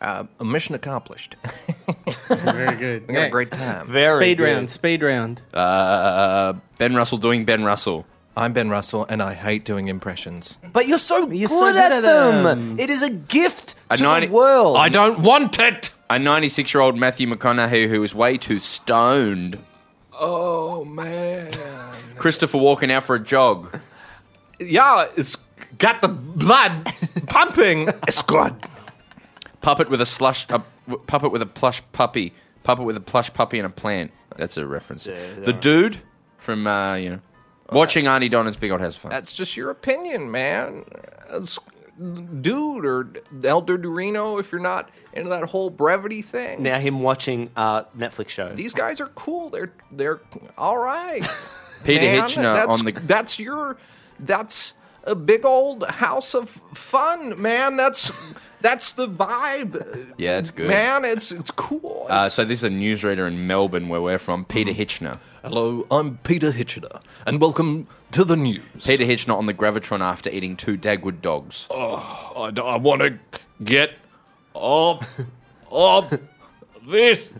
S3: A mission accomplished.
S5: Very good.
S3: We had a great time.
S4: Very
S5: Speed
S4: good.
S5: round. Speed round.
S6: Uh, ben Russell doing Ben Russell.
S3: I'm Ben Russell, and I hate doing impressions.
S4: But you're so good,
S9: so good
S4: at,
S9: at
S4: them.
S9: them.
S4: It is a gift
S6: A
S4: to
S6: 90
S4: the world.
S3: I don't want it!
S6: A 96 year old Matthew McConaughey who is way too stoned.
S3: Oh, man.
S6: Christopher Walken out for a jog.
S3: Yeah, it's got the blood pumping. It's good.
S6: Puppet with a slush. A w- puppet with a plush puppy. Puppet with a plush puppy and a plant. That's a reference. the dude from uh, you know, watching Auntie Donna's Big Old House of Fun.
S3: That's just your opinion, man. That's dude or Elder Dorino if you're not into that whole brevity thing.
S4: Now him watching uh, Netflix show.
S3: These guys are cool. Theyey're they're all right.
S6: Peter
S3: man.
S6: Hitchener
S3: that's,
S6: on the
S3: That's your that's a big old house of fun, man. That's that's the vibe.
S6: Yeah, it's good.
S3: Man, it's it's cool.
S6: Uh,
S3: It's-
S6: so this is a newsreader in Melbourne where we're from,
S4: Mm.
S6: Peter Hitchener.
S3: Hello, I'm Peter Hitchener, and welcome to the news.
S6: Peter Hitchener on the Gravitron after eating two Dagwood dogs.
S4: Oh.
S3: I, want to get off of this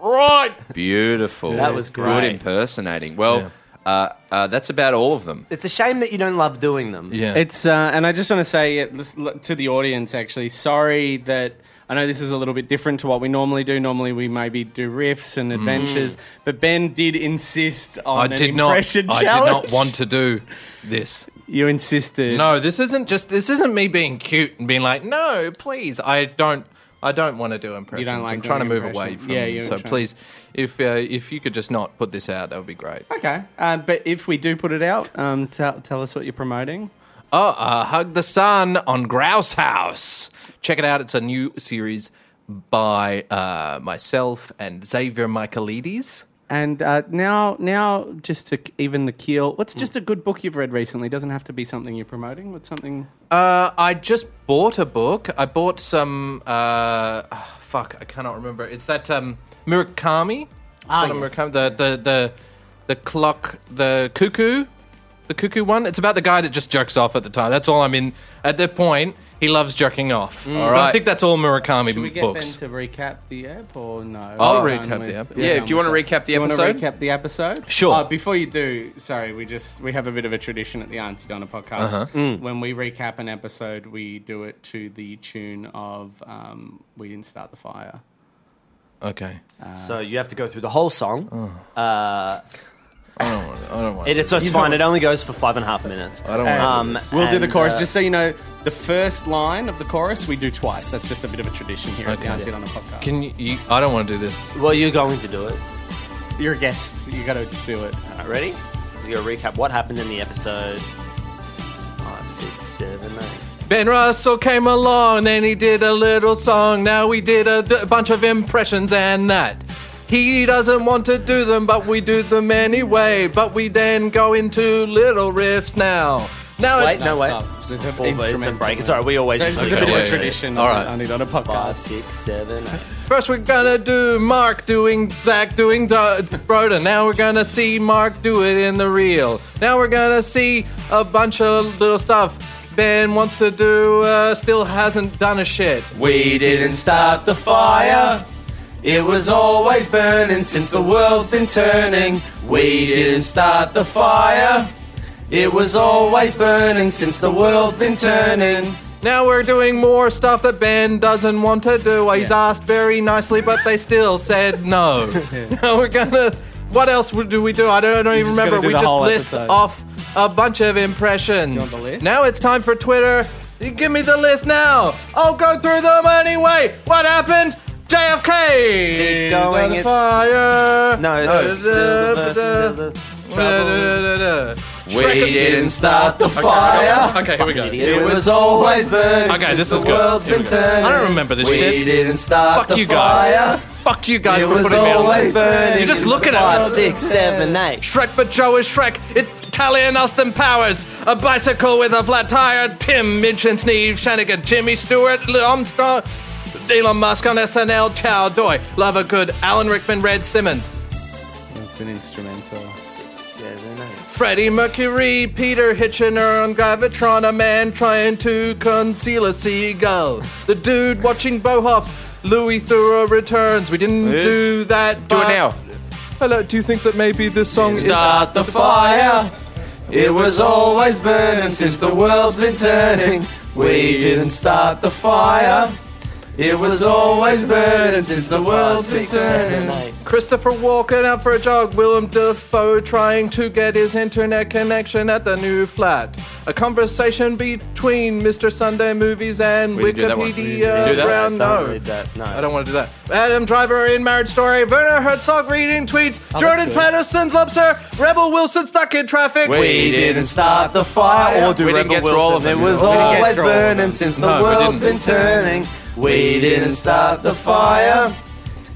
S3: right.
S6: Beautiful.
S4: That was
S6: Good
S4: great.
S6: impersonating. Well, uh, uh, that's about all of them.
S4: It's a shame that you don't love doing them.
S3: Yeah,
S5: It's uh, and I just want to say it- this- to the audience actually. Sorry that I know this is a little bit different to what we normally do. Normally we maybe do riffs and adventures, but Ben did insist on
S3: Mm. I
S5: an
S3: did not.
S5: impression
S3: I did
S5: challenge.
S3: not want to do this.
S5: You insisted.
S3: No, this isn't just. This isn't me being cute and being like, no, please, I don't. I don't want to do impressions.
S5: like
S3: I'm trying to
S5: doing
S3: move away
S5: impressions.
S3: from.
S5: Yeah,
S3: Yeah,
S5: you're
S3: so
S5: trying-
S3: please, if uh, if you could just not put this out, that would be great.
S5: Okay, uh, but if we do put it out, um, tell tell us what you're promoting.
S3: Oh, uh, Hug the Sun on Grouse House. Check it out. It's a new series by uh, myself and Xavier Michaelides.
S5: And uh, now, now, just to even the keel, what's just a good book you've read recently? Doesn't have to be something you're promoting. What's something?
S3: Uh, I just bought a book. I bought some. Uh, ah, fuck, I cannot remember. It's that um, Murakami. Ah, Murakami. The, the the the clock, the cuckoo, the cuckoo one. It's about the guy that just jerks off at the time. That's all I'm in. At that point, he loves jerking off. all right. I think that's all Murakami
S5: Should we get
S3: books.
S5: Ben to recap the app or no?
S3: I'll
S5: We're done
S3: recap
S5: with-
S3: the app.
S5: we're
S6: Yeah,
S5: done
S6: do you
S5: with
S6: wanna
S5: that.
S6: recap the
S5: Do you wanna
S6: episode?
S5: recap the episode?
S3: Sure.
S5: Uh, before you do, sorry, we just we have a bit of a tradition at the Auntie Donna podcast. When we recap an episode, we do it to the tune of um, "We Didn't Start the Fire."
S3: okay.
S4: So you have to go through the whole song.
S3: I don't want. I don't want.
S4: It, it's it's fine. It only goes for five and a half minutes.
S3: I don't want.
S4: Um,
S5: We'll do the
S4: and,
S5: chorus.
S4: uh,
S5: just so you know, the first line of the chorus we do twice. That's just a bit of a tradition here at
S3: Okay.
S5: the Auntie Donna podcast.
S3: Can you, you? I don't want to do this.
S4: well, you're going to do it.
S5: You're a guest. You got to do it.
S4: All right, ready? We're going to recap what happened in the episode. Five, six, seven, eight.
S3: Ben Russell came along and he did a little song. Now we did a d- bunch of impressions and that. He doesn't want to do them, but we do them anyway. But we then go into little riffs now. Now
S4: Wait,
S3: it's
S4: no, wait.
S5: stop. There's an
S4: Four, but it's a
S5: instrumental
S4: break. It's all right. We always
S5: This
S4: do
S5: is a bit
S4: that.
S5: of a
S3: yeah,
S5: tradition
S3: yeah. All right.
S5: on the Auntie Donna
S4: Five,
S5: podcast.
S4: six, seven, eight.
S3: first we're gonna do Mark doing Zach doing Do- Broda. Now we're gonna see Mark do it in the reel. Now we're gonna see a bunch of little stuff. Ben wants to do, uh, still hasn't done a shit.
S4: We didn't start the fire. It was always burning since the world's been turning. We didn't start the fire. It was always burning since the world's been turning.
S3: Now we're doing more stuff that Ben doesn't want to do. He's asked very nicely, but they still said no. Now we're gonna. What else would- do we do? I don't, I don't even
S5: just gotta
S3: remember.
S5: do
S3: We
S5: the
S3: just
S5: whole
S3: list
S5: episode.
S3: off a bunch of impressions.
S5: want the list?
S3: Now it's time for Twitter. You give me the list now. I'll go through them anyway. What happened? JFK.
S4: Keep going,
S3: The
S4: it's-
S3: fire.
S4: No, it's- it's still the verse, still the
S3: Da-da-da-da-da. Shrek-
S4: start the fire.
S3: Okay, here we go.
S4: It was always burning.
S3: Okay,
S4: since
S3: this is
S4: the
S3: good.
S4: world's been turning.
S3: I don't remember this
S4: We
S3: shit.
S4: didn't start
S3: Fuck
S4: the
S3: you
S4: fire.
S3: guys. Fuck you guys
S4: It
S3: for
S4: was
S3: putting me on.
S4: always burning.
S3: You're just looking at
S4: Five,
S3: it.
S4: six, seven, eight.
S3: Shrek, but Joe is Shrek. Italian Austin Powers. A bicycle with a flat tire. Tim, Mitch and Sneeve, Shanigan, Jimmy Stewart, Lil Armstrong, Elon Musk on SNL, Chow Doy. Love a good Alan Rickman, Red Simmons.
S5: It's an instrumental.
S4: Six, seven, eight.
S3: Freddie Mercury, Peter Hitchener on Gravitron, a man trying to conceal a seagull. The dude watching Bohoff, Louis Theroux returns. We didn't
S6: Yeah.
S3: do that.
S6: Do it
S3: but-
S6: now.
S3: Hello, do you think that maybe this song is.
S4: Start the fire. It was always burning since the world's been turning. We didn't start the fire. It was always burning since the world's been turning.
S3: Christopher Walken out for a jog, Willem Dafoe trying to get his internet connection at the new flat. A conversation between Mr. Sunday Movies and
S6: We didn't do that one. We didn't do
S3: Wikipedia
S6: that.
S3: Brown. No.
S4: that. No.
S3: I don't want to do that. Adam Driver in Marriage Story, Werner Herzog reading
S6: Oh,
S3: tweets, Jordan
S5: good.
S3: Patterson's lobster, Rebel Wilson stuck in traffic.
S4: We didn't start the fire or do
S6: We didn't
S4: Rebel
S6: get through all
S4: Wilson. It
S6: of them.
S4: was
S6: We didn't get
S4: always
S6: through all of
S4: burning since the
S6: No, we
S4: world's been
S6: didn't.
S4: turning. We didn't start the fire.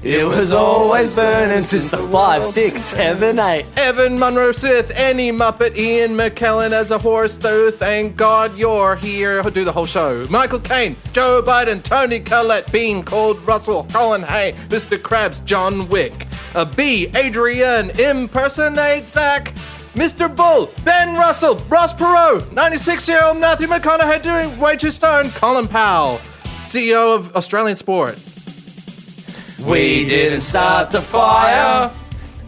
S4: It was always burning since the five, six, seven, eight.
S3: Evan Monroe Smith, any Muppet, Ian McKellen as a horse, though thank God you're here. I'll do the whole show. Michael Caine, Joe Biden, Tony Collette, Bean, Cold Russell, Colin Hay, Mr. Krabs, John Wick. A B, Adrian, impersonate Zach. Mr. Bull, Ben Russell, Ross Perot, 96 year old Matthew McConaughey doing Way Too Stone, Colin Powell, CEO of Australian Sport.
S4: We didn't start the fire.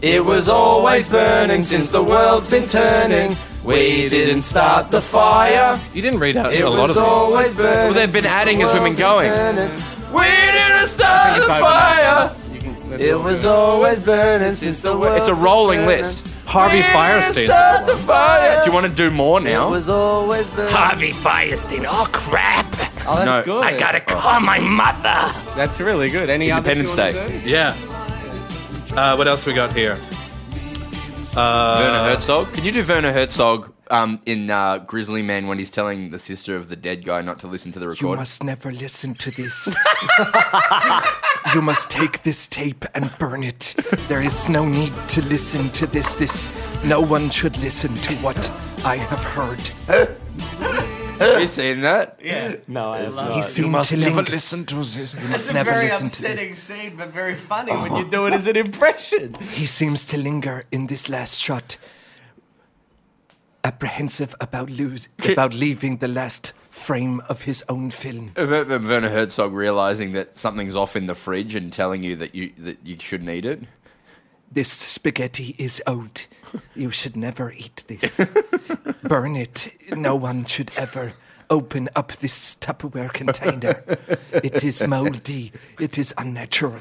S4: It was always burning since the world's been turning. We didn't start the fire.
S3: You didn't read out
S4: It
S3: a lot of
S4: was
S3: these.
S4: always burning.
S6: Well, they've been
S4: since
S6: adding
S4: the
S6: as we've been
S4: world's been
S6: going.
S4: turning. We didn't start the fire. It was always burning since the world.
S6: It's a rolling list.
S3: Harvey
S4: Didn't
S3: Firestein.
S4: start the fire.
S6: Do you want to do more now?
S4: It was always burning.
S7: Harvey Firestein. Oh, crap.
S5: Oh, that's
S6: No.
S5: good.
S6: I
S7: Gotta call my mother.
S5: That's really good. Any other
S6: Independence Day.
S3: Yeah. Uh, what else we got here?
S6: Werner Herzog. Uh, Can you do Werner Herzog um, in uh, Grizzly Man when he's telling the sister of the dead guy not to listen to the
S8: You
S6: record?
S8: must never listen to this. you must take this tape and burn it. There is no need to listen to this. This no one should listen to what I have heard.
S6: Have you seen that?
S8: he seemed to
S7: Never
S8: linger.
S7: listen to this.
S8: You must never listen to this.
S5: scene, but very funny
S4: Oh.
S5: when you do it as an impression.
S8: He seems to linger in this last shot, apprehensive about lose about leaving the last frame of his own film.
S6: Ver- Ver- Werner Herzog realizing that something's off in the fridge and telling you that you that you shouldn't eat it.
S8: This spaghetti is old. You should never eat this. Burn it. No one should ever open up this Tupperware container. It is moldy. It is unnatural.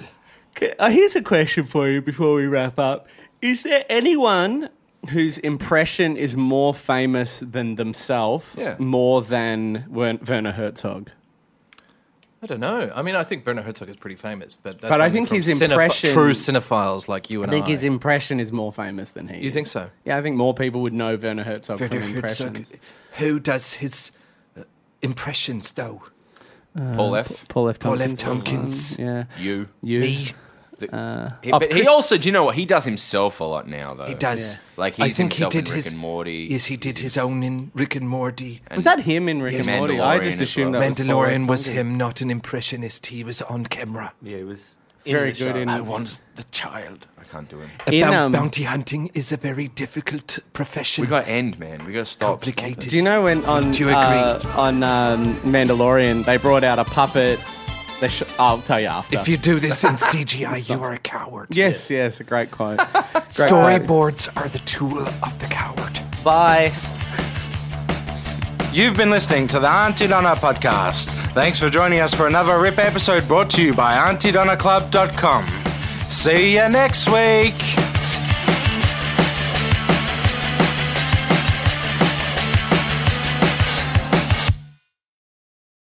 S5: uh, here's a question for you before we wrap up. Is there anyone whose impression is more famous than themselves,
S6: Yeah.
S5: more than Wer- Werner Herzog?
S3: I don't know. I mean, I think Werner Herzog is pretty famous, but that's
S5: But I
S3: only
S5: think
S3: from
S5: his impression-
S3: true cinephiles like you
S5: I
S3: and I.
S5: think his impression is more famous than he.
S3: You think so?
S5: Yeah, I think more people would know Werner Herzog
S8: Werner
S5: from
S8: Herzog,
S5: impressions.
S8: uh, who does his uh, impressions, though? Uh,
S6: Paul F.
S5: Paul F.
S8: Paul F.
S5: Tompkins. was
S8: Tompkins.
S5: one. Yeah.
S6: You.
S5: You.
S8: Me.
S6: The- he,
S5: oh,
S6: but
S5: Chris-
S6: he also, do you know what? He does himself a lot now, though.
S8: He does.
S5: Yeah.
S6: Like
S8: I
S6: he's
S8: think he
S6: himself
S8: did
S6: in Rick
S8: his.
S6: and Morty.
S8: Yes, he did his own in Rick and Morty.
S5: Was that him in Rick
S8: Yes.
S5: and Morty? I just
S6: Mandalorian as
S5: assumed
S6: well.
S5: that was Paul F.
S8: Mandalorian was
S5: Tompkins.
S8: him, not an impressionist. He was on camera.
S4: Yeah, it was.
S5: It's very good in.
S6: want the child. I can't do it.
S5: In,
S8: Bou-
S5: um,
S8: bounty hunting is a very difficult profession.
S6: We got to end, man. We got to stop.
S8: complicated.
S5: Do you know when on
S8: Do you agree?
S5: uh, on um, Mandalorian they brought out a puppet? They sh- I'll tell you after.
S8: If you do this in CGI, you are a coward.
S5: yes, yes, a great quote. Great quote.
S8: Storyboards are the tool of the coward.
S4: Bye.
S1: You've been listening to the Auntie Donna podcast. Thanks for joining us for another RIP episode brought to you by AuntieDonnaClub.com. See you next week.